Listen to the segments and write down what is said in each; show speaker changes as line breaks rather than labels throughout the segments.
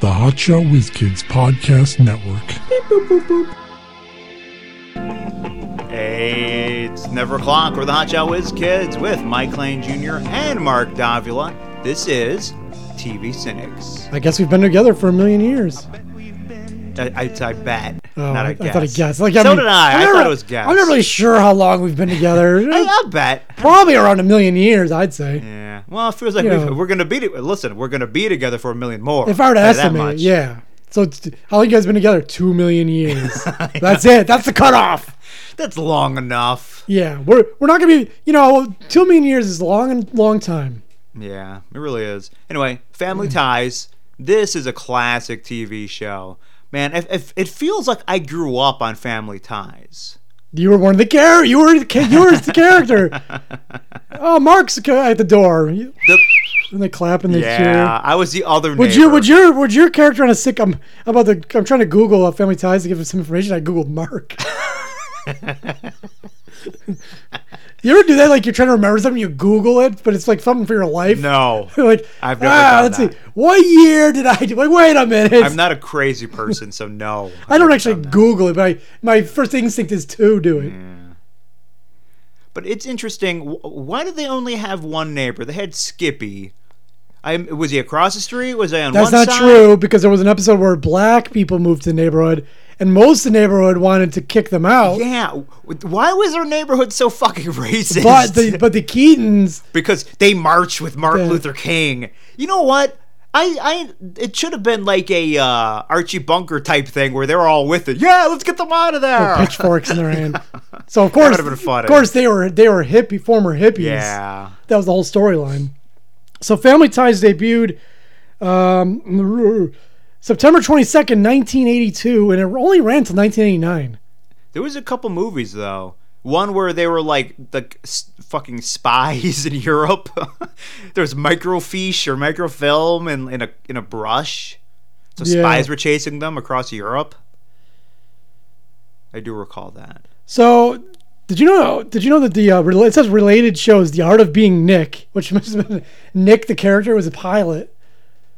the Hotshot Whiz Kids Podcast Network.
Hey, it's never o'clock. We're the Hot Shot Whiz Kids with Mike Lane Jr. and Mark Davila. This is TV Cynics.
I guess we've been together for a million years.
I, I, I bet.
Oh,
not
I,
a
I
guess.
thought a guess. Like, I
so
mean,
did I.
I'm
I
not
thought
re-
it was guess.
I'm not really sure how long we've been together.
I, I bet.
Probably around a million years, I'd say.
Yeah. Well, it feels like
You
we've,
know.
we're gonna be. to- Listen, we're gonna be together for a million more.
If I were to
Tell you that
estimate,
much.
it, yeah. So it's- how long you guys been together? Two million years. That's it. That's the cutoff.
that's long enough.
Yeah, we're we're not gonna be. You know, two million years is a long, long time.
Yeah, it really is. Anyway, Family Ties. This is a classic TV show. Man, if, if, it feels like I grew up on Family Ties.
You were one of the char- You were the ca- you were the character. Oh, Mark's ca- at the door, You-
The-
and they clap and they cheer.
yeah, I was the other.
Would you?
neighbor.
Would your? Would your character on a sitcom? I'm about to. I'm trying to Google uh, Family Ties to give us some information. I googled Mark. you ever do that? Like you're trying to remember something, you Google it, but it's like something for your life.
No,
like
I've never
ah,
done
let's
that.
see. What year did I do? Like, wait a minute.
I'm not a crazy person, so no.
I don't
I've
actually
done that. Mm.
Google it, but I, my first instinct is to do it.
But it's interesting. wh- Why did they only have one neighbor? They had Skippy. I was he across the street? Was I on
That's
one
not
side?
true because there was an episode where black people moved to the neighborhood, and most of the neighborhood wanted to kick them out.
Yeah. w- Why was our neighborhood so fucking racist?
But the but the Keatons
because they marched with Martin
Yeah.
Luther King. You know what? I, I it should have been like a uh, Archie Bunker type thing where they're all with it. Yeah, let's get them out of there.
Oh, pitchforks in their hand. So of course,
would've been funny.
of course, they were they were hippie former hippies.
yeah.
that was the whole storyline. So Family Ties debuted um, September twenty second, nineteen eighty two, and it only ran till nineteen eighty nine.
There was a couple movies though. One where they were like the s- fucking spies in Europe. There's microfiche or microfilm in, in a in a brush. So
Yeah.
spies were chasing them across Europe. I do recall that.
So did you know? Did you know that the uh, rela- it says related shows The Art of Being Nick, which must have been Nick the character was a pilot.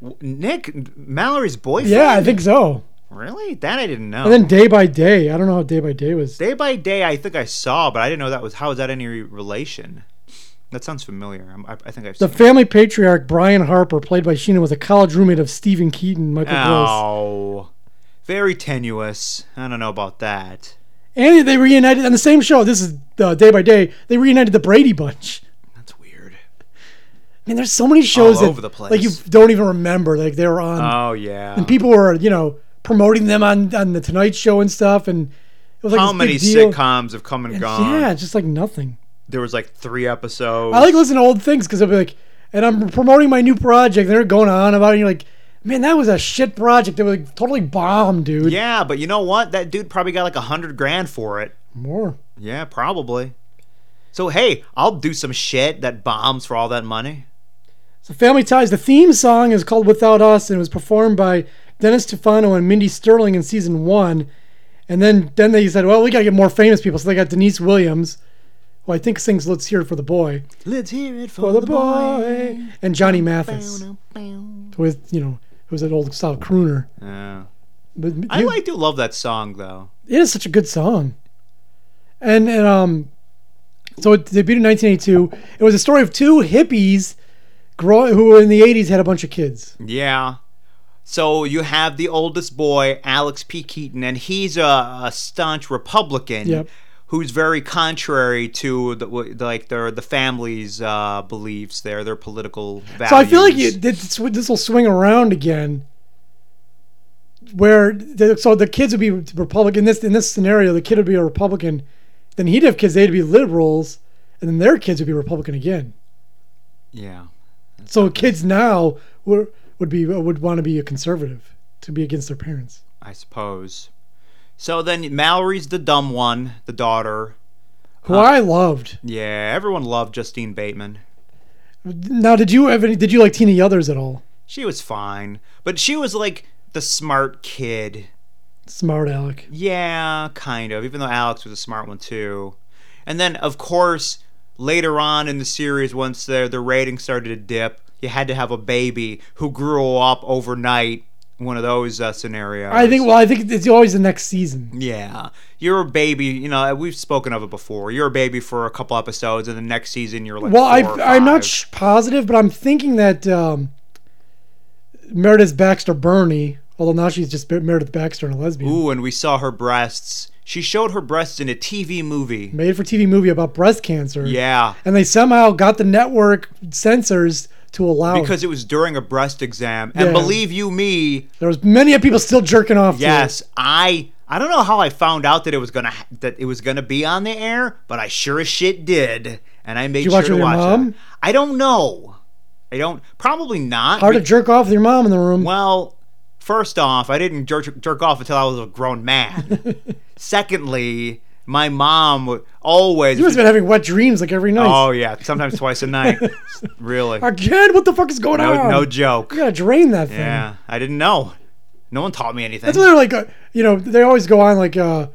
W- Nick Mallory's boyfriend.
Yeah, I think so.
Really? That I didn't know.
And then Day by Day, I don't know how Day by Day was.
Day by day, I think I saw, but I didn't know that was how is that any re- relation? That sounds familiar. I'm, I, I think I've
The
seen. it.
family patriarch Brian Harper, played by Sheena, was a college roommate of Stephen Keaton, Michael Gross.
oh, very tenuous. I don't know about that.
And they reunited on the same show. This is uh, day by day. They reunited the Brady Bunch.
That's weird.
I mean, there's so many shows
All
that
over the place.
like you don't even remember. Like they were on.
Oh yeah.
people were you know promoting them on on the Tonight Show and stuff. And it was like
How
this
many
big deal.
sitcoms have come and gone?
Yeah, just like nothing.
There was like three episodes.
I like listening to old things because I'll be like, and I'm promoting my new project. They're going on about it. And you're like, man, that was a shit project. It was like totally bomb, dude.
yeah, but you know what? That dude probably got like a hundred grand for it.
More.
Yeah, probably. So hey, I'll do some shit that bombs for all that money.
So Family Ties, the theme song is called Without Us and it was performed by Dennis Stefano and Mindy Sterling in season one. And then then they said, well, we got to get more famous people. So they got Denise Williams, who I think sings Let's Hear It for the Boy.
Let's hear it for,
For the Boy. And Johnny Mathis, who is, you know, who's an old style crooner.
Yeah.
But
I
you-
like do love that song though.
it is such a good song. And and um, so it debuted in 1982. It was a story of two hippies grow- who in the 80s had a bunch of kids.
Yeah. So you have the oldest boy, Alex P. Keaton, and he's a, a staunch Republican
Yep.
who's very contrary to the, w- the- like their the family's uh, beliefs, their their political values.
So I feel like you, this, this will swing around again. Where the, so the kids would be Republican. In this in this scenario, the kid would be a Republican. Then he'd have kids; they'd be liberals, and then their kids would be Republican again.
yeah.
So kids now would would be would want to be a conservative to be against their parents.
I suppose. So then Mallory's the dumb one, the daughter.
Who I loved.
Yeah, everyone loved Justine Bateman.
Now, did you have any? Did you like Tina Yothers at all?
She was fine, but she was like the smart kid.
Smart Alec.
Yeah, kind of. Even though Alex was a smart one too. And then of course, later on in the series, once their the ratings started to dip, you had to have a baby who grew up overnight one of those uh, scenarios.
I think. Well, I think it's always the next season.
Yeah, you're a baby. You know, uh, we've spoken of it before. You're a baby for a couple episodes, and the next season you're like.
Well,
four
I,
or
I'm not
five.
sh- positive, but I'm thinking that um, Meredith Baxter Bernie, although now she's just Meredith Baxter and a lesbian,
Ooh, and we saw her breasts. She showed her breasts in a TV movie.
made for TV movie about breast cancer.
Yeah,
And they somehow got the network censors to allow it.
because it was during a breast exam, and
Oh. Yeah.
believe you me,
There was many people still jerking off. to it.
Yes, I I don't know how I found out that it was gonna that it was gonna be on the air, but I sure as shit did, and I made
you
sure
watch it
to
with your
watch
mom?
it. I don't know. I don't probably not.
Hard to jerk off with your mom in the room.
well, first off, I didn't jerk, jerk off until I was a grown man. Secondly, my mom would always.
You must have been having wet dreams like every night.
oh yeah, sometimes twice a night. really,
Our kid, what the fuck is going
no,
on?
no
You
joke.
gotta drain that thing.
Yeah, I didn't know. No one taught me anything.
That's why they're like, uh, you know, they always go on like, uh,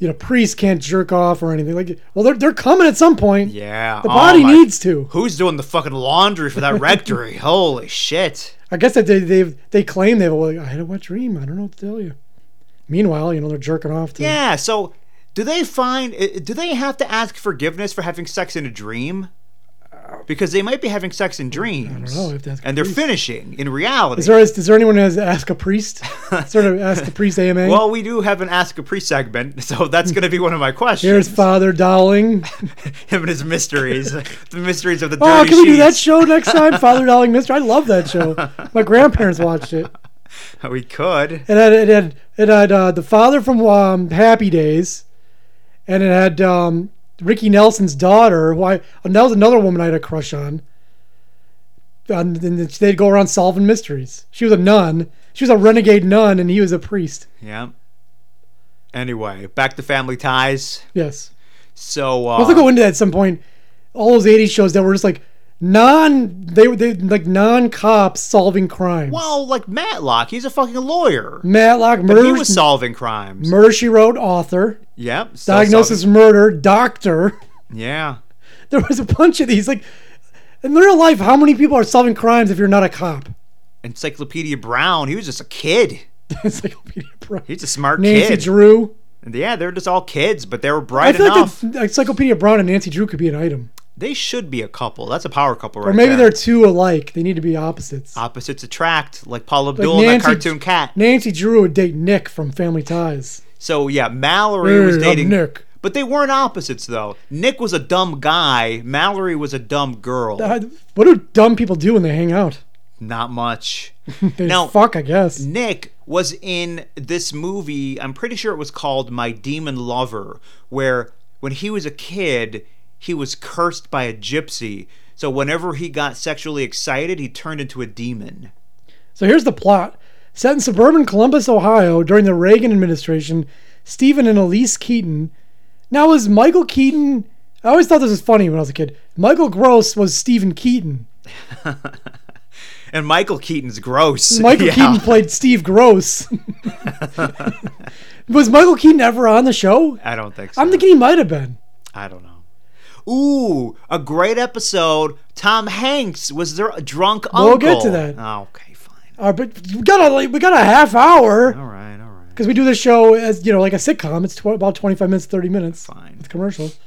you know, priests can't jerk off or anything. Like, well, they're, they're coming at some point.
yeah, Oh,
The body needs to.
Who's doing the fucking laundry for that rectory? Holy shit.
I guess that they they they claim they well, I had a wet dream. I don't know what to tell you. Meanwhile, you know they're jerking off. To,
Yeah, so do they find i- do they have to ask forgiveness for having sex in a dream? Because they might be having sex in dreams.
know, I have to ask
and they're
Caprice.
finishing in reality.
Is there is, there anyone who has ask a priest? sort of ask a priest AMA.
well, we do have an Ask a Pre segment, so that's going to be one of my questions.
Here's Father Dowling.
Him and his mysteries. the mysteries of the dirty
Oh, can we do that
sheets.
show next time? Father Dowling Mister. I love that show. My grandparents watched it.
We could.
It had it had it had uh, the father from um, Happy Days, and it had um, Ricky Nelson's daughter. Who I and that was another woman I had a crush on. And then they'd go around solving mysteries. She was a nun. She was a renegade nun, and he was a priest.
Yeah. Anyway, back to family ties.
Yes,
So, uh,
I'll have to go into that at some point. All those '80s shows that were just like non they were they like non cops solving crimes.
well, like Matlock, he's a fucking lawyer.
Matlock
But he
murder.
was solving crimes.
Murder she wrote author.
yep. still
Diagnosis murder doctor.
solving- Yeah.
there was a bunch of these. Like in real life, how many people are solving crimes if you're not a cop?
Encyclopedia Brown. He was just a kid.
Encyclopedia Brown.
He's a smart
Nancy
kid.
Drew.
yeah, they're just all kids, but they were
I
bright
feel
enough.
like that Encyclopedia Brown and Nancy Drew could be an item,
they should be a couple. That's a power couple, right?
or maybe
there.
they're two alike. They need to be opposites.
opposites attract, like Paul Abdul and that
Nancy-
cartoon cat.
Nancy Drew would date Nick from Family Ties.
So yeah, Mallory was
Hey, I'm
dating
Nick.
But they weren't opposites though. Nick was a dumb guy. Mallory was a dumb girl.
Uh, What do dumb people do when they hang out?
Not much.
They
Now-
fuck, I guess.
Nick was in this movie, I'm pretty sure it was called My Demon Lover, where when he was a kid, he was cursed by a gypsy. So whenever he got sexually excited, he turned into a demon.
So here's the plot. Set in suburban Columbus, Ohio during the Reagan administration, Stephen and Elise Keaton. Now, was Michael Keaton. I always thought this was funny when I was a kid. Michael Gross was Stephen Keaton.
And Michael Keaton's gross.
Michael
Yeah.
Keaton played Steve Gross. was Michael Keaton ever on the show?
I don't think so.
I'm thinking he might have been.
I don't know. Ooh, a great episode. Tom Hanks was their drunk uncle.
We'll get to that.
Oh, okay, fine.
Uh, but we got a like, we got a half hour
All right, all right.
because we do the show as you know like a sitcom. It's tw- about 25 minutes, 30 minutes.
Fine.
with commercials.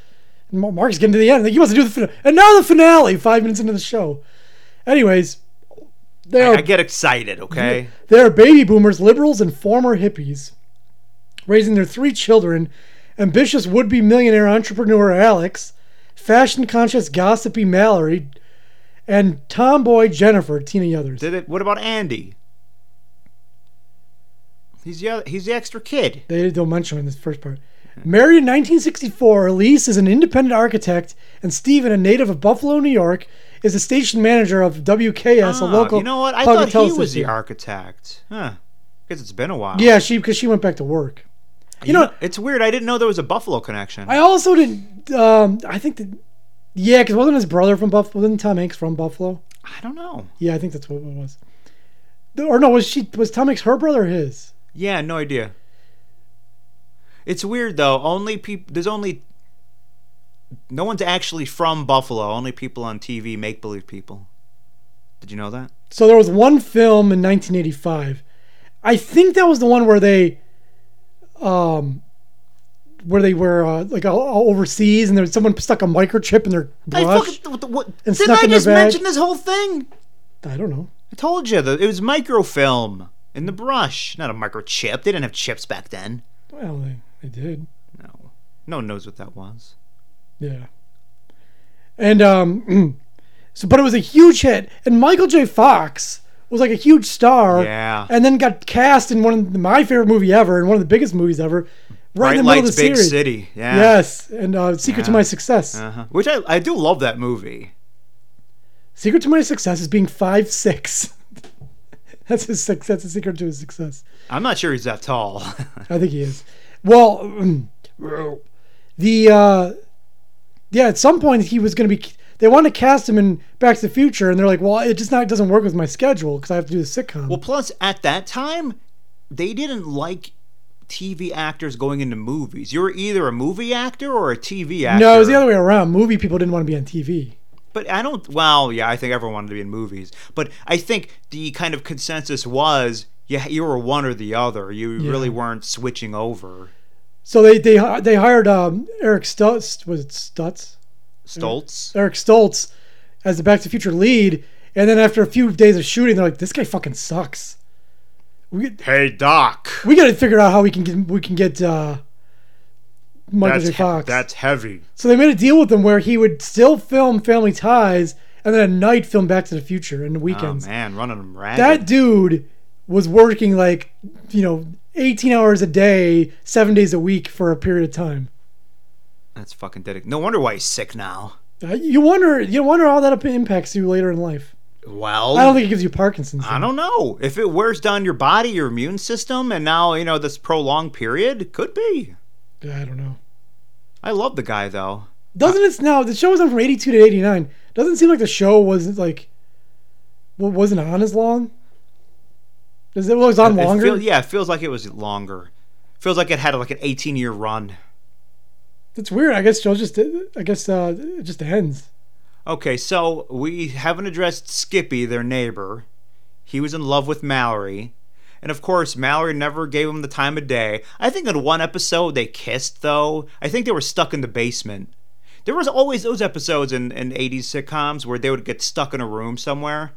And Ma- Mark's getting to the end. Like, he wants to do the finale. And now the finale, five minutes into the show. Anyways, they
I
are,
get excited, okay?
they are baby boomers, liberals, and former hippies, raising their three children ambitious would be millionaire entrepreneur Alex, fashion conscious gossipy Mallory, and tomboy Jennifer, Tina Yothers.
Did it? What about Andy? He's the he's the extra kid.
They don't mention him in this first part. Married in 1964, Elise is an independent architect, and Stephen, a native of Buffalo, New York, is a station manager of WKS, a
Ah,
local.
you know what? I
public
thought he
television
was the
station.
architect. Huh? Because it's been a while.
Yeah, she because she went back to work. You know,
it's weird. I didn't know there was a Buffalo connection.
I also didn't. Um, I think that. Yeah, because wasn't his brother from Buffalo? Wasn't Tom Hanks from Buffalo?
I don't know.
Yeah, I think that's what it was. The- Or no, was she was Tom Hanks her brother or his?
Yeah, no idea. It's weird though. Only people. There's only. No one's actually from Buffalo. Only people on TV, make believe people. Did you know that?
So there was one film in 1985. I think that was the one where they, um, where they were uh, like all, all overseas, and there was someone stuck a microchip in their
I
brush.
fucking, what, what,
and
didn't
snuck
I
in their
just
bag.
mention this whole thing?
I don't know.
I told you that it was microfilm in the brush, not a microchip. They didn't have chips back then.
Well, they, they did.
No, no one knows what that was.
Yeah. And um so but it was a huge hit and Michael J. Fox was like a huge star.
Yeah.
And then got cast in one of the- my favorite movie ever and one of the biggest movies ever. Right in
Bright
the middle of
Lights,
the
Big
series.
City. Yeah.
Yes. And uh, Secret to
Yeah.
My Success.
Uh-huh. Which I, I do love that movie.
Secret to My Success is being five six. that's his success. That's a secret to his success.
I'm not sure he's that tall.
I think he is. Well, the uh, yeah, at some point he was going to be. They want to cast him in Back to the Future, and they're like, "Well, it just not doesn't work with my schedule because I have to do the sitcom."
well, plus at that time, they didn't like TV actors going into movies. You were either a movie actor or a TV actor.
no, it was the other way around. Movie people didn't want to be on TV.
But I don't. Well, yeah, I think everyone wanted to be in movies. But I think the kind of consensus was, yeah, you were one or the other. You really weren't switching over.
So they they hi- they hired um, Eric Stutz. Was it Stutz?
Stoltz.
Eric Stoltz as the Back to the Future lead, and then after a few days of shooting, they're like, "This guy fucking sucks." We
Hey, Doc.
we got to figure out how we can get we can get uh, Michael
That's
J. Fox.
that's heavy.
So they made a deal with him where he would still film Family Ties and then at night film Back to the Future and
Oh
weekends.
man, running them ragged.
that dude was working like, you know, 18 hours a day, seven days a week for a period of time.
that's fucking dedic. No wonder why he's sick now.
Uh, You wonder, you wonder how that impacts you later in life.
Well,
I don't think it gives you Parkinson's.
I don't know. If it wears down your body, your immune system, and now, you know, this prolonged period, could be.
I don't know.
I love the guy, though.
Doesn't it now? The show was on from 82 to 89. Doesn't seem like the show wasn't like, well, wasn't on as long. Does it? Well, it was on
It
longer.
feel- yeah, it feels like it was longer. Feels like it had like an 18 year run.
That's weird. I guess Joe just. I guess uh, it just ends.
Okay, so we haven't addressed Skippy, their neighbor. He was in love with Mallory. And of course, Mallory never gave him the time of day. I think in one episode they kissed, though. I think they were stuck in the basement. There was always those episodes in, in 80s sitcoms where they would get stuck in a room somewhere.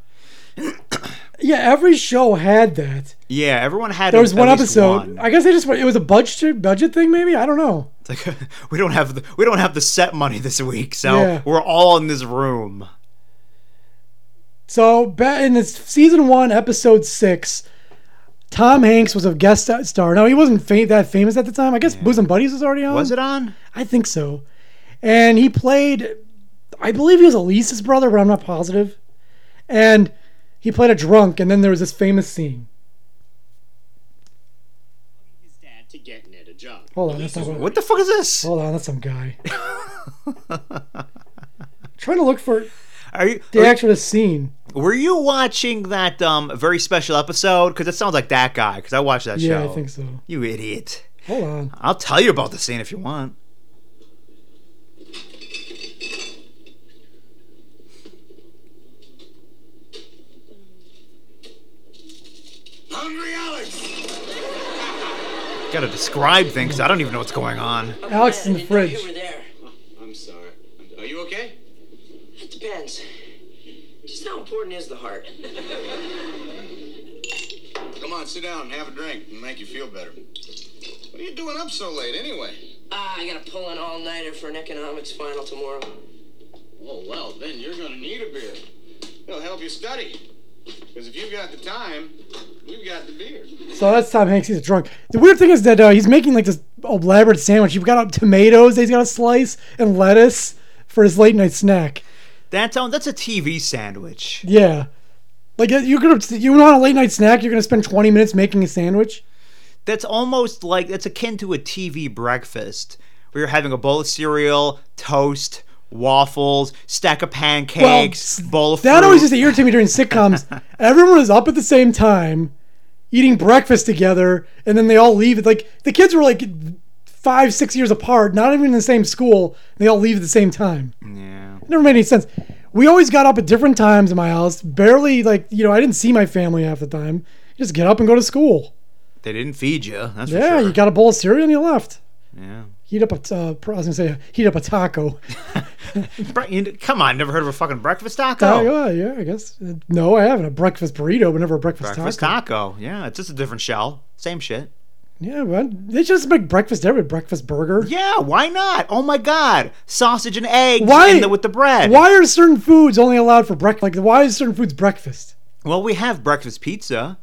Yeah, every show had that.
Yeah, everyone had
There was
at
one
least
episode.
one.
I guess they just it was a budget budget thing. Maybe I don't know.
It's like we don't have the, we don't have the set money this week, so
Yeah.
we're all in this room.
So ba- in this season one, episode six, Tom Hanks was a guest star. Now he wasn't fa- that famous at the time. I guess Bosom Buddies was already on.
Was it on?
I think so. And he played, I believe he was Elise's brother, but I'm not positive. And he played a drunk, and then there was this famous scene.
his dad to getting it a job.
Hold on, that's not what.
What the fuck is this?
Hold on, that's some guy. trying to look for
Are you?
the actual scene.
Were you watching that um very special episode? Because it sounds like that guy. Because I watched that show.
Yeah, I think so.
You idiot!
Hold on.
I'll tell you about the scene if you want.
Hungry Alex!
Got to describe things. I don't even know what's going on.
Alex is in
uh,
the
I didn't know
fridge.
You were there.
I'm sorry. Are you okay?
It depends. Just how important is the heart?
Come on, sit down, have a drink, and make you feel better. What are you doing up so late anyway?
Ah, I gotta pull an all-nighter for an economics final tomorrow.
Oh, well, then you're gonna need a beer. It'll help you study. Because if you've got the time, we've got the beer.
So that's Tom Hanks. He's a drunk. The weird thing is that uh, he's making like this elaborate sandwich. You've got uh, tomatoes. He's got a slice and lettuce for his late night snack.
That's on. um, That's a TV sandwich.
Yeah. Like uh, you're gonna you want a late night snack, you're gonna spend twenty minutes making a sandwich.
That's almost like that's akin to a TV breakfast where you're having a bowl of cereal, toast, waffles, stack of pancakes,
s-
bowl of
That
fruit.
always used to irritate me during sitcoms. Everyone is up at the same time, eating breakfast together, and then they all leave. It's Like the kids were like five, six years apart, not even in the same school. And they all leave at the same time.
yeah.
It never made any sense. We always got up at different times in my house. Barely like you know I didn't see my family half the time. You just get up and go to school.
They didn't feed you. That's
yeah,
for sure.
you got a bowl of cereal and you left.
yeah.
Heat up a t- uh, pro- I was gonna say heat up a taco.
Bre- you- Come on, never heard of a fucking breakfast
Taco,
taco?
Oh, yeah, yeah, I guess. Uh, No, I haven't a breakfast burrito, but never a breakfast,
Breakfast
taco.
taco. Yeah, it's just a different shell. Same shit.
Yeah, but they just make breakfast every breakfast burger.
Yeah, why not? Oh my god, sausage and eggs
Why-
in the- with the bread.
Why are certain foods only allowed for breakfast? Like, why is certain foods breakfast?
Well, we have breakfast pizza.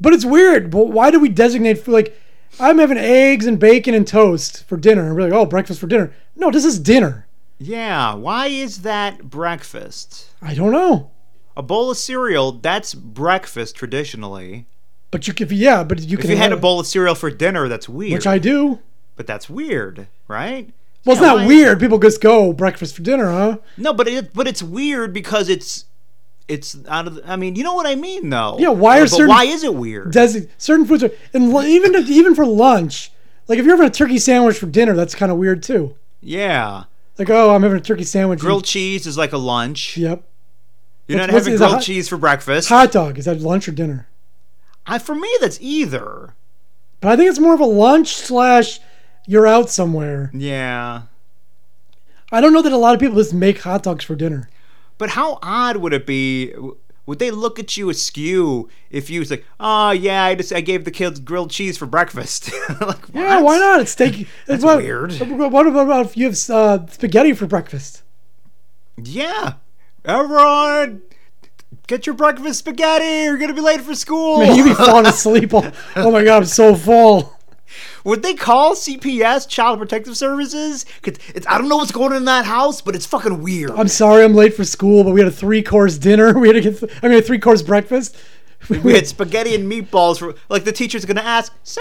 But it's weird. But why do we designate food? Like, I'm having eggs and bacon and toast for dinner, and we're like, oh, breakfast for dinner. No, this is dinner.
Yeah, why is that breakfast?
I don't know.
A bowl of cereal, that's breakfast traditionally.
But you could, yeah, but you
If
can.
you had a
have-
bowl of cereal for dinner, that's weird.
which I do.
but that's weird, right?
Well, it's
Yeah,
not
why-
weird. People just go breakfast for dinner, huh?
No, but it but it's weird because it's it's out of. I mean, you know what I mean, though.
Yeah, why are
But
certain-
why is it weird?
Does certain foods are, and lu- even even for lunch, like if you're having a turkey sandwich for dinner, that's kind of weird too.
yeah,
Like, oh, I'm having a turkey sandwich. and-
grilled cheese is like a lunch.
Yep.
You're
What's-
not
what's-
having
is a
grilled
hot-
cheese for breakfast.
Hot dog is that lunch or dinner?
I, for me, that's either.
But I think it's more of a lunch slash you're out somewhere.
Yeah.
I don't know that a lot of people just make hot dogs for dinner.
But how odd would it be? Would they look at you askew if you was like, "Oh yeah, I just I gave the kids grilled cheese for breakfast." like,
Yeah,
what?
why not? It's steak. That's
weird.
What about if you have uh, spaghetti for breakfast?
Yeah, everyone, get your breakfast spaghetti. You're gonna be late for school.
Man, you'd be falling asleep. All, oh my god, I'm so full.
Would they call CPS, Child Protective Services? 'Cause it's I don't know what's going on in that house, but it's fucking weird.
I'm sorry, I'm late for school, but we had a three course dinner. We had to get. Th- I mean, a three course breakfast.
we had spaghetti and meatballs for like the teacher's gonna ask. So,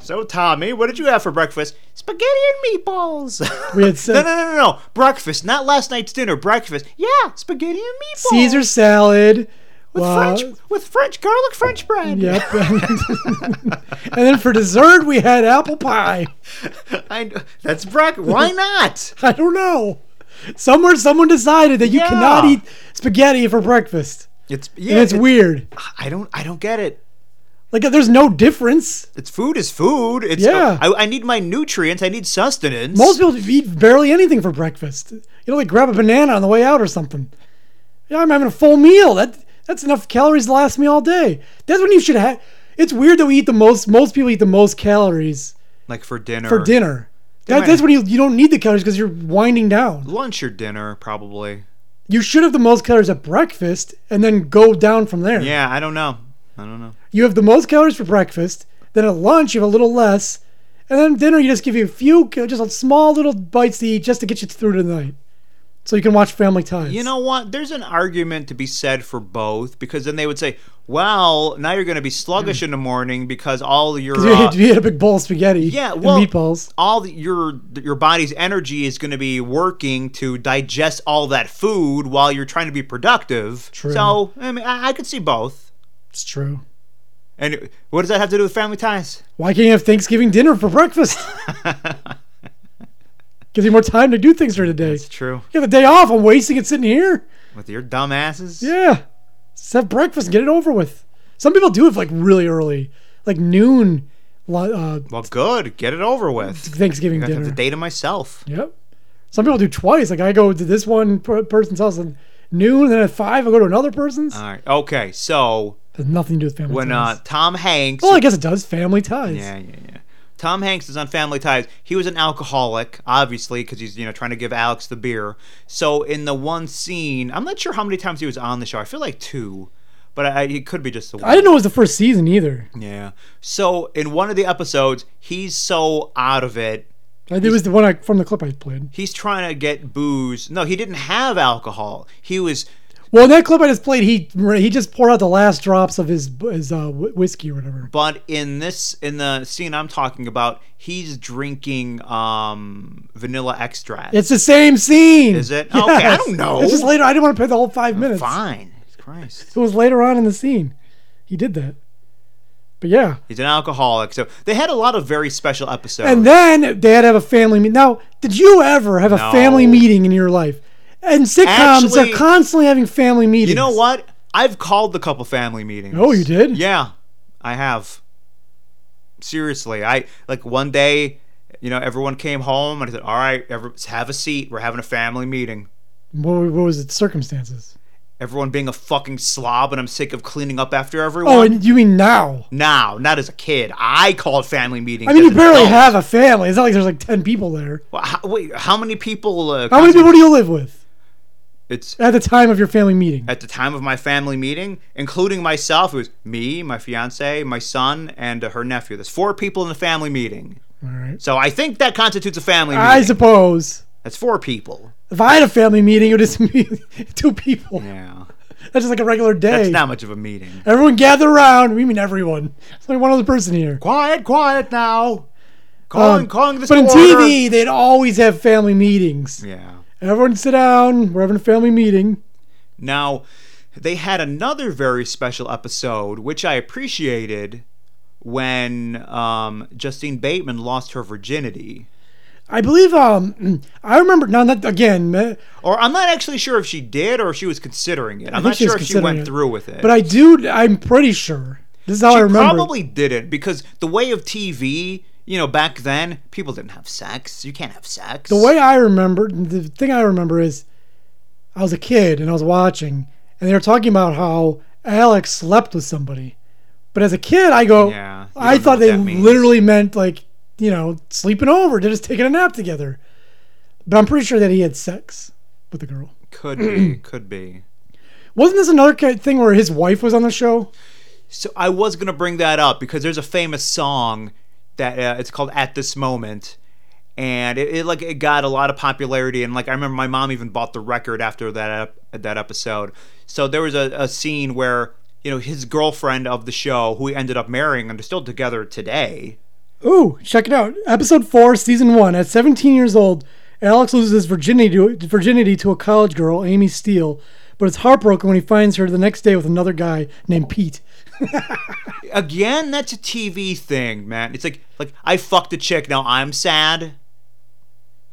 so Tommy, what did you have for breakfast? Spaghetti and meatballs.
We had sa-
no, no, no, no, no, breakfast, not last night's dinner. Breakfast, yeah, spaghetti and meatballs.
Caesar salad.
with
Wow.
French with French garlic French bread.
Yep. and then for dessert, we had apple pie.
I know. that's breakfast. Why not?
I don't know. Somewhere, someone decided that you
Yeah.
cannot eat spaghetti for breakfast.
It's
And
yeah,
it's weird.
I don't, I don't get it.
Like, there's no difference.
It's food is food. It's
Yeah.
I, I need my nutrients. I need sustenance.
Most people eat barely anything for breakfast. You know, like grab a banana on the way out or something. Yeah, I'm having a full meal. That that's enough calories to last me all day. That's when you should have. It's weird that we eat the most. Most people eat the most calories
like for dinner.
for dinner. That,
might-
that's when you you don't need the calories because you're winding down.
lunch or dinner probably.
You should have the most calories at breakfast and then go down from there.
Yeah, I don't know. I don't know.
You have the most calories for breakfast. Then at lunch you have a little less, and then dinner you just give you a few, ca- just a small little bites to eat just to get you through the night, so you can watch Family Ties.
You know what? There's an argument to be said for both because then they would say, "Well, now you're going to be sluggish in the morning because all your
you
uh,
had, you had a big bowl of spaghetti.
yeah,
and
well,
meatballs.
all the, your your body's energy is going to be working to digest all that food while you're trying to be productive."
True.
So, I mean, I, I could see both.
It's true.
And what does that have to do with family ties?
Why can't you have Thanksgiving dinner for breakfast? Gives you more time to do things during the day.
It's true.
You got the day off. I'm wasting it sitting here.
With your dumb asses?
Yeah, just have breakfast and get it over with. Some people do it like really early, like noon, li- uh,
Well, good. Get it over with.
Thanksgiving
I have
dinner.
the day to myself.
Yep. Some people do twice. Like I go to this one per- person's house at noon, and then at five I go to another person's.
All right. Okay. So
Has nothing to do with family
when
ties.
uh, Tom Hanks,
well, I guess it does. Family ties.
yeah, yeah, yeah. Tom Hanks is on Family Ties. He was an alcoholic, obviously, because he's you know trying to give Alex the beer. So in the one scene, I'm not sure how many times he was on the show. I feel like two, but I, it could be just the one.
I didn't know it was the first season either.
Yeah. So in one of the episodes, he's so out of it.
I, it was the one I, from the clip I played.
He's trying to get booze. No, he didn't have alcohol. He was
Well, in that clip I just played, he he just poured out the last drops of his his uh, wh- whiskey or whatever.
But in this, in the scene I'm talking about, he's drinking um, vanilla extract.
It's the same scene.
Is it? Okay, I don't know.
It's just later. I didn't want to play the whole five minutes.
fine. Christ,
It was later on in the scene. He did that. But yeah.
he's an alcoholic. So they had a lot of very special episodes.
And then they had to have a family meeting. Now, did you ever have a
No.
family meeting in your life? And sitcoms
Actually-
are constantly having family meetings.
you know what? I've called the couple family meetings.
Oh, you did?
Yeah, I have. Seriously, I like one day, you know, everyone came home and I said, "All right, every, have a seat. We're having a family meeting."
What, were- what was it? Circumstances.
Everyone being a fucking slob, and I'm sick of cleaning up after everyone.
Oh, and you mean now?
now, not as a kid. I called family meetings.
I mean, you
as an
barely
adult.
have a family. It's not like there's like ten people there.
Well, how, wait, how many people? Uh,
How many people do you live with
It's
at the time of your family meeting?
at the time of my family meeting, including myself. It was me, my fiance, my son, and uh, her nephew. There's four people in the family meeting.
All right.
So I think that constitutes a family meeting.
I suppose
That's four people.
if I had a family meeting, it would just be two people.
Yeah.
That's just like a regular day.
That's not much of a meeting.
Everyone gather around. We mean everyone. It's only one other person here.
Quiet, quiet now. Calling,
Um,
calling this
But in
to order.
TV, they'd always have family meetings.
Yeah.
Everyone sit down. We're having a family meeting.
Now, they had another very special episode, which I appreciated, when um, Justine Bateman lost her virginity.
I believe. Um, I remember. Now, not again. uh,
Or I'm not actually sure if she did or if she was considering it. I'm
think
not
she was
sure if she went
considering it.
through with it.
But I do. I'm pretty sure. This is how I
she
remember. it.
probably didn't because the way of TV, you know, back then people didn't have sex. You can't have sex.
The way I remember, the thing I remember is I was a kid and I was watching, and they were talking about how Alex slept with somebody. But as a kid, I go,
Yeah, you
I
don't know
thought
what
they
that means.
literally meant like, you know, sleeping over, they're just taking a nap together. But I'm pretty sure that he had sex with the girl.
could be, could be.
Wasn't this another ki- thing where his wife was on the show?
So I was gonna bring that up because there's a famous song that uh, it's called "At This Moment," and it, it like it got a lot of popularity. And like I remember, my mom even bought the record after that ep- that episode. So there was a, a scene where you know his girlfriend of the show, who he ended up marrying, and they're still together today.
Ooh, check it out. Episode 4, Season 1. At 17 years old, Alex loses his virginity to, virginity to a college girl, Amy Steele, but is heartbroken when he finds her the next day with another guy named Pete.
Again, that's a TV thing, man. It's like like I fucked a chick, now I'm sad.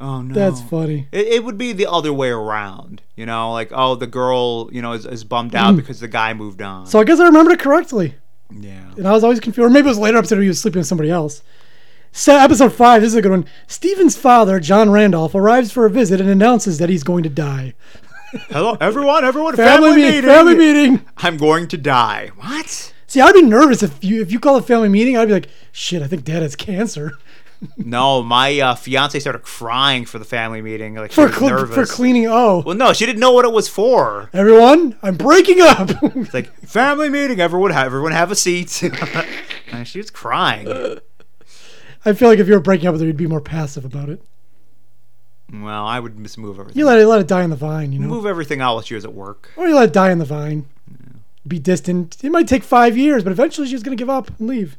Oh no,
That's funny.
It, it would be the other way around, you know, like oh the girl, you know, is, is bummed out because the guy moved on.
Mm. So I guess I remembered it correctly.
yeah,
And I was always confused. Or maybe it was later episode where he was sleeping with somebody else. So episode 5, this is a good one. Steven's father, John Randolph, arrives for a visit and announces that he's going to die.
hello everyone, everyone,
Family, meeting. Family meeting.
I'm going to die. What?
See, I'd be nervous if you if you call a family meeting. I'd be like, shit, I think dad has cancer.
No, my uh, fiance started crying for the family meeting, like she
For,
was
cle-
nervous.
for cleaning. Oh.
well, no, she didn't know what it was for.
Everyone, I'm breaking up.
It's like family meeting. Everyone, have everyone have a seat. and she was crying.
I feel like if you were breaking up with her, you'd be more passive about it.
Well, I would just move everything.
You let it let it die in the vine, you know,
move everything out while she was at work.
or you let it die in the vine. Be distant. It might take five years, but eventually she's gonna give up and leave.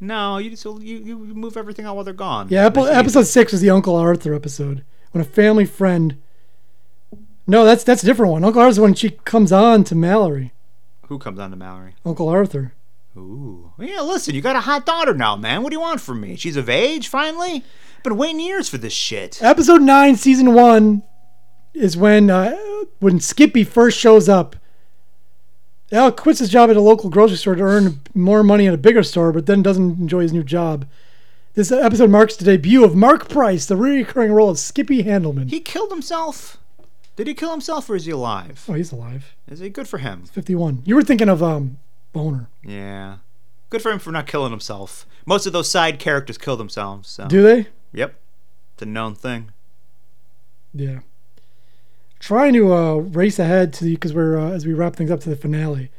No, you just you, you move everything out while they're gone.
Yeah, epi-
Makes it
episode six was the Uncle Arthur episode when a family friend. No, that's that's a different one. Uncle Arthur's when she comes on to Mallory.
easy. Who comes on to Mallory?
Uncle Arthur.
Ooh. Yeah, listen, you got a hot daughter now, man. What do you want from me? She's of age finally. Been waiting years for this shit.
Episode nine, season one, is when uh, when Skippy first shows up. Al quits his job at a local grocery store to earn more money at a bigger store, but then doesn't enjoy his new job. This episode marks the debut of Mark Price, the recurring role of Skippy Handelman.
He killed himself. Did he kill himself or is he alive?
oh, he's alive.
Is he good for him?
Fifty-one. You were thinking of um Boner.
Yeah. Good for him for not killing himself. Most of those side characters kill themselves, so
Do they?
Yep. It's a known thing.
Yeah. Trying to uh, race ahead to because we're uh, as we wrap things up to the finale.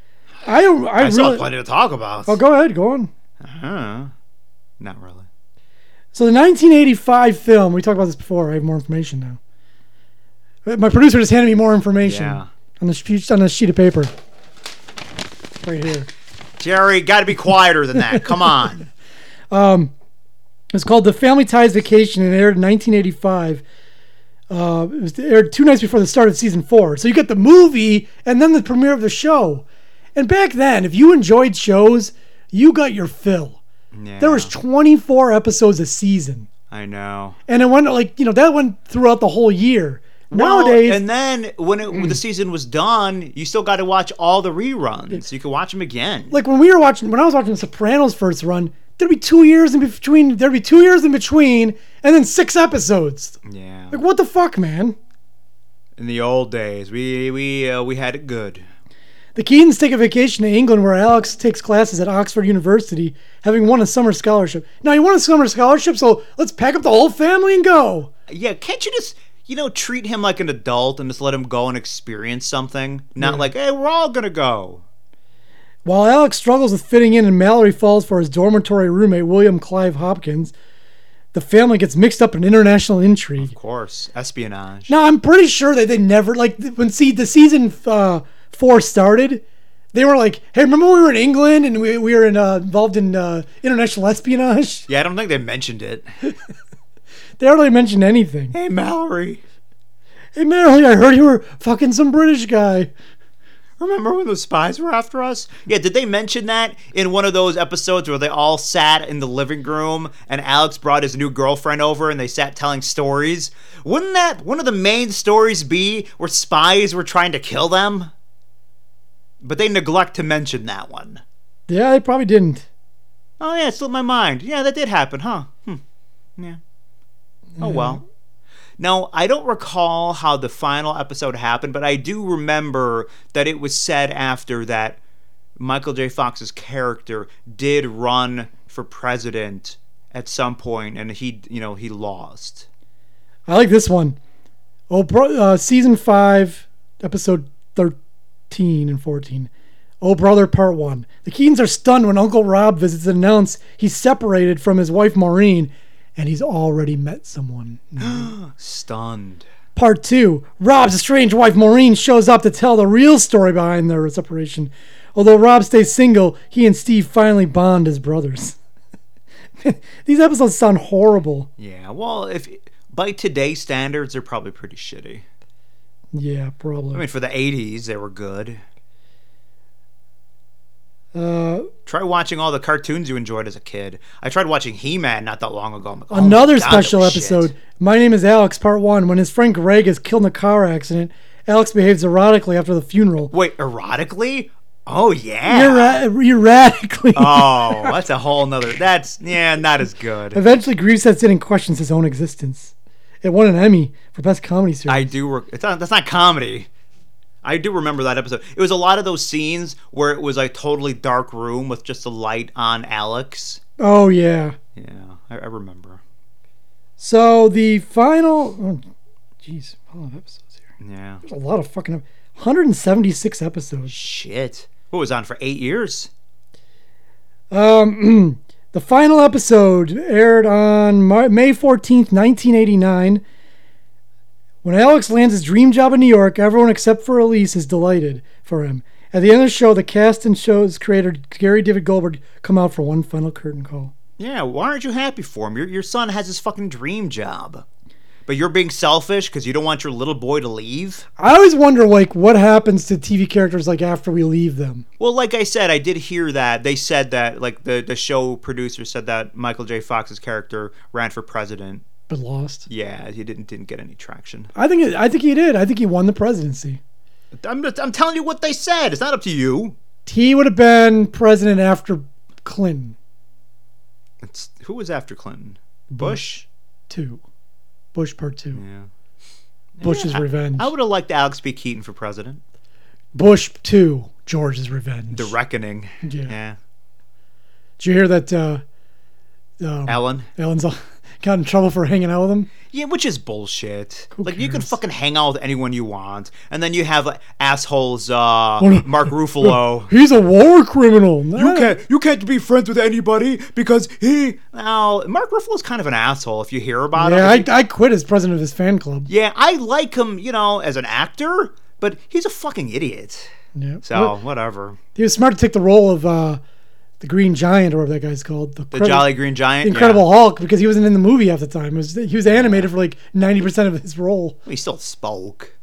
I don't. I,
I,
really.
still have plenty to talk about.
oh, go ahead. Go on.
Huh. Not really.
So the 1985 film, we talked about this before. I have more information now. Uh, My producer just handed me more information
Yeah.
on the sheet, on a sheet of paper. Right here.
Jerry, gotta be quieter than that. Come on.
It's called The Family Ties Vacation and it aired in 1985. Uh, it was aired two nights before the start of season four. So you get the movie and then the premiere of the show. And back then, if you enjoyed shows, you got your fill.
Yeah,
There was 24 episodes a season.
I know.
and it went like you know that went throughout the whole year. Nowadays,
and then when, it, when the season was done, you still got to watch all the reruns. You can watch them again.
like when we were watching, when I was watching The Sopranos first run, there'd be two years in between. There'd be two years in between, and then six episodes.
yeah.
Like what the fuck, man?
In the old days, we we uh, we had it good.
The Keatons take a vacation to England where Alex takes classes at Oxford University, having won a summer scholarship. Now, you won a summer scholarship, so let's pack up the whole family and go.
Yeah, can't you just you know treat him like an adult and just let him go and experience something? Not like, hey, we're all gonna go.
While Alex struggles with fitting in and Mallory falls for his dormitory roommate, William Clive Hopkins, the family gets mixed up in international intrigue.
Of course, espionage.
Now, I'm pretty sure that they never, like, when see, the season uh, four started, they were like, hey, remember we were in England and we, we were in, uh, involved in uh, international espionage?
Yeah, I don't think they mentioned it.
They hardly mentioned anything.
hey, Mallory,
Hey, Marilyn, I heard you were fucking some British guy.
remember when those spies were after us? Yeah, did they mention that in one of those episodes where they all sat in the living room and Alex brought his new girlfriend over and they sat telling stories? Wouldn't that one of the main stories be where spies were trying to kill them? But they neglect to mention that one.
Yeah, they probably didn't.
Oh yeah, it slipped my mind. Yeah, that did happen, huh? Hmm. Yeah. Oh well. Now I don't recall how the final episode happened, but I do remember that it was said after that Michael J. Fox's character did run for president at some point, and he, you know, he lost.
I like this one. Bro- uh, season five, episode thirteen and fourteen. Oh brother, part one. The Keatons are stunned when Uncle Rob visits and announce he's separated from his wife Maureen, and he's already met someone.
Stunned.
Part two Rob's estranged wife Maureen shows up to tell the real story behind their separation. Although Rob stays single, he and Steve finally bond as brothers. These episodes sound horrible.
Yeah. Well, if by today's standards, they're probably pretty shitty.
Yeah, probably.
I mean, for the '80s, they were good.
uh,
Try watching all the cartoons you enjoyed as a kid. I tried watching He Man not that long ago. I'm like, oh my
another
God, that
special
was
episode.
shit.
My name is Alex, part one. When his friend Greg is killed in a car accident, Alex behaves erotically after the funeral.
Wait, erotically? Oh, yeah.
Erra- erratically.
Oh, that's a whole nother. That's, yeah, not as good.
Eventually, Greaves sets in and questions his own existence. It won an Emmy for Best Comedy Series.
I do. Re- it's not, that's not comedy. I do remember that episode. It was a lot of those scenes where it was a totally dark room with just a light on Alex.
oh, yeah.
Yeah, I, I remember.
So the final, oh, jeez, a lot of episodes here.
Yeah.
There's a lot of fucking, ep- 176 episodes.
Shit. What was on for eight years?
Um, the final episode aired on Mar- May 14th, 1989. When Alex lands his dream job in New York, everyone except for Elise is delighted for him. At the end of the show, the cast and show's creator Gary David Goldberg come out for one final curtain call.
Yeah, why aren't you happy for him? Your, your son has his fucking dream job. But you're being selfish because you don't want your little boy to leave?
I always wonder, like, what happens to TV characters like after we leave them.
Well, like I said, I did hear that. They said that, like, the, the show producer said that Michael J. Fox's character ran for president.
But lost.
Yeah, he didn't didn't get any traction.
I think. It, I think he did. I think he won the presidency.
I'm, just- I'm telling you what they said. It's not up to you.
He would have been president after Clinton,
It's, who was after Clinton? Bush?
too. Bush part two.
Yeah.
Bush's revenge.
I would have liked Alex B. Keaton for president.
Bush two. George's revenge.
The Reckoning.
Yeah.
Yeah.
Did you hear that? Uh, um,
Ellen.
Ellen's all, got in trouble for hanging out with him.
Yeah, which is bullshit.
Who
like you can
cares?
fucking hang out with anyone you want, and then you have like, assholes. Uh,
no.
Mark Ruffalo.
He's a war criminal. Nah.
Oh. you can't be friends with anybody because he. Now, Mark Ruffalo's kind of an asshole if you hear about
Yeah,
him.
I, I quit as president of his fan club.
yeah, I like him, you know, as an actor, but he's a fucking idiot.
Yeah.
So whatever.
he was smart to take the role of uh, the Green Giant or whatever that guy's called.
The
Credi-
Jolly Green Giant.
The Incredible Hulk because he wasn't in the movie half the time. It was, he was animated for like ninety percent of his role.
Yeah. He still spoke.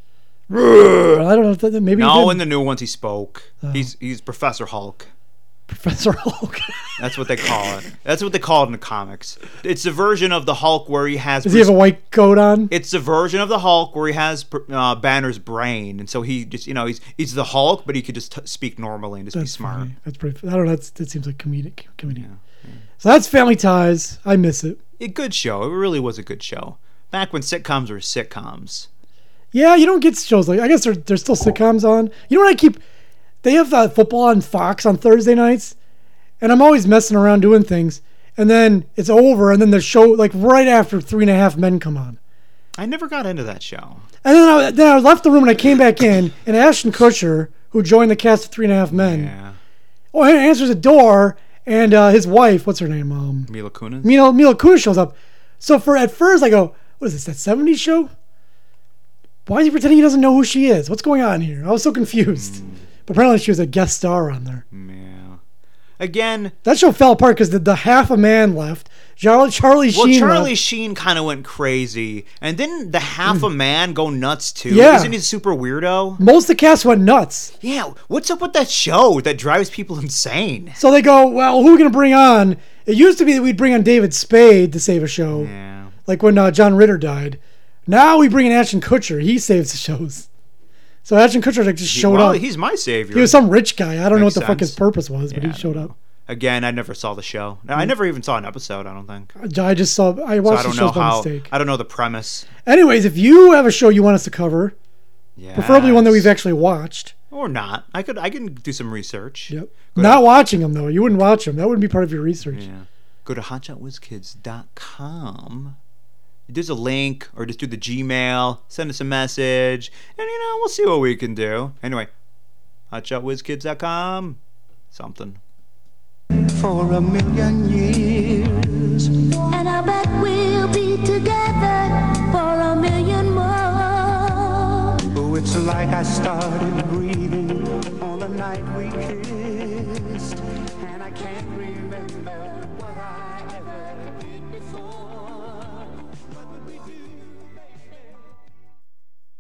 I don't know if that maybe he
No,
did.
Uh. in the new ones he spoke. He's he's Professor Hulk.
Professor Hulk.
That's what they call it. That's what they call it in the comics. It's the version of the Hulk where he has.
Does he have a white coat on?
it's the version of the Hulk where he has uh, Banner's brain, and so he just you know he's he's the Hulk, but he could just t- speak normally and just be
That's
smart.
funny. That's pretty. I don't know. That's, that seems like comedic. Comedy. So that's Family Ties. I miss it.
A good show. It really was a good show back when sitcoms were sitcoms.
Yeah, you don't get shows like. I guess there, there's still sitcoms on. You know what I keep? They have uh, football on Fox on Thursday nights, and I'm always messing around doing things. And then it's over, and then the show like right after Three and a Half Men come on.
I never got into that show.
And then I, then I left the room and I came back in, and Ashton Kutcher, who joined the cast of Three and a Half Men,
Yeah,
oh, he answers the door, and uh, his wife, what's her name? Um,
Mila Kunis.
Mila, Mila Kunis shows up. So for at first I go, what is this, that 70s show? Why is he pretending he doesn't know who she is? What's going on here? I was so confused.
Mm.
But apparently she was a guest star on there.
yeah. Again,
That show fell apart because the, the half a man left. Charlie, Charlie
well,
Sheen
Charlie
left.
Sheen kind of went crazy, and didn't the half a man go nuts too?
Mm. Yeah.
isn't he super weirdo?
Most of the cast went nuts.
Yeah, what's up with that show that drives people insane?
So they go, well, who are we going to bring on? It used to be that we'd bring on David Spade to save a show,
Yeah.
like when uh, John Ritter died. Now we bring in Ashton Kutcher. He saves the shows. So Ashton Kutcher like, just showed
well,
up.
he's my savior.
He was some rich guy. I don't know what the
Makes
fuck his
sense.
purpose was, but
Yeah, I
he showed up.
Again, I never saw the show. No, I never even saw an episode. I don't think. So
I just saw. I
I
watched
don't
Mm. the
know
shows by
how.
mistake.
I don't know the premise.
Anyways, if you have a show you want us to cover,
Yeah.
preferably one that we've actually watched.
Or not. I could. I can do some research.
Yep.
Go
Not
to,
watching them though. You wouldn't watch them. That wouldn't be part of your research.
yeah. Go to hotshotwizkids.com. There's a link, or just do the Gmail. Send us a message, and you know we'll see what we can do. Anyway, hotshotwizkids.com. Something.
for a million years.
And I bet we'll be together for a million more.
Oh, it's like I started breathing on the night we kissed, and I can't remember.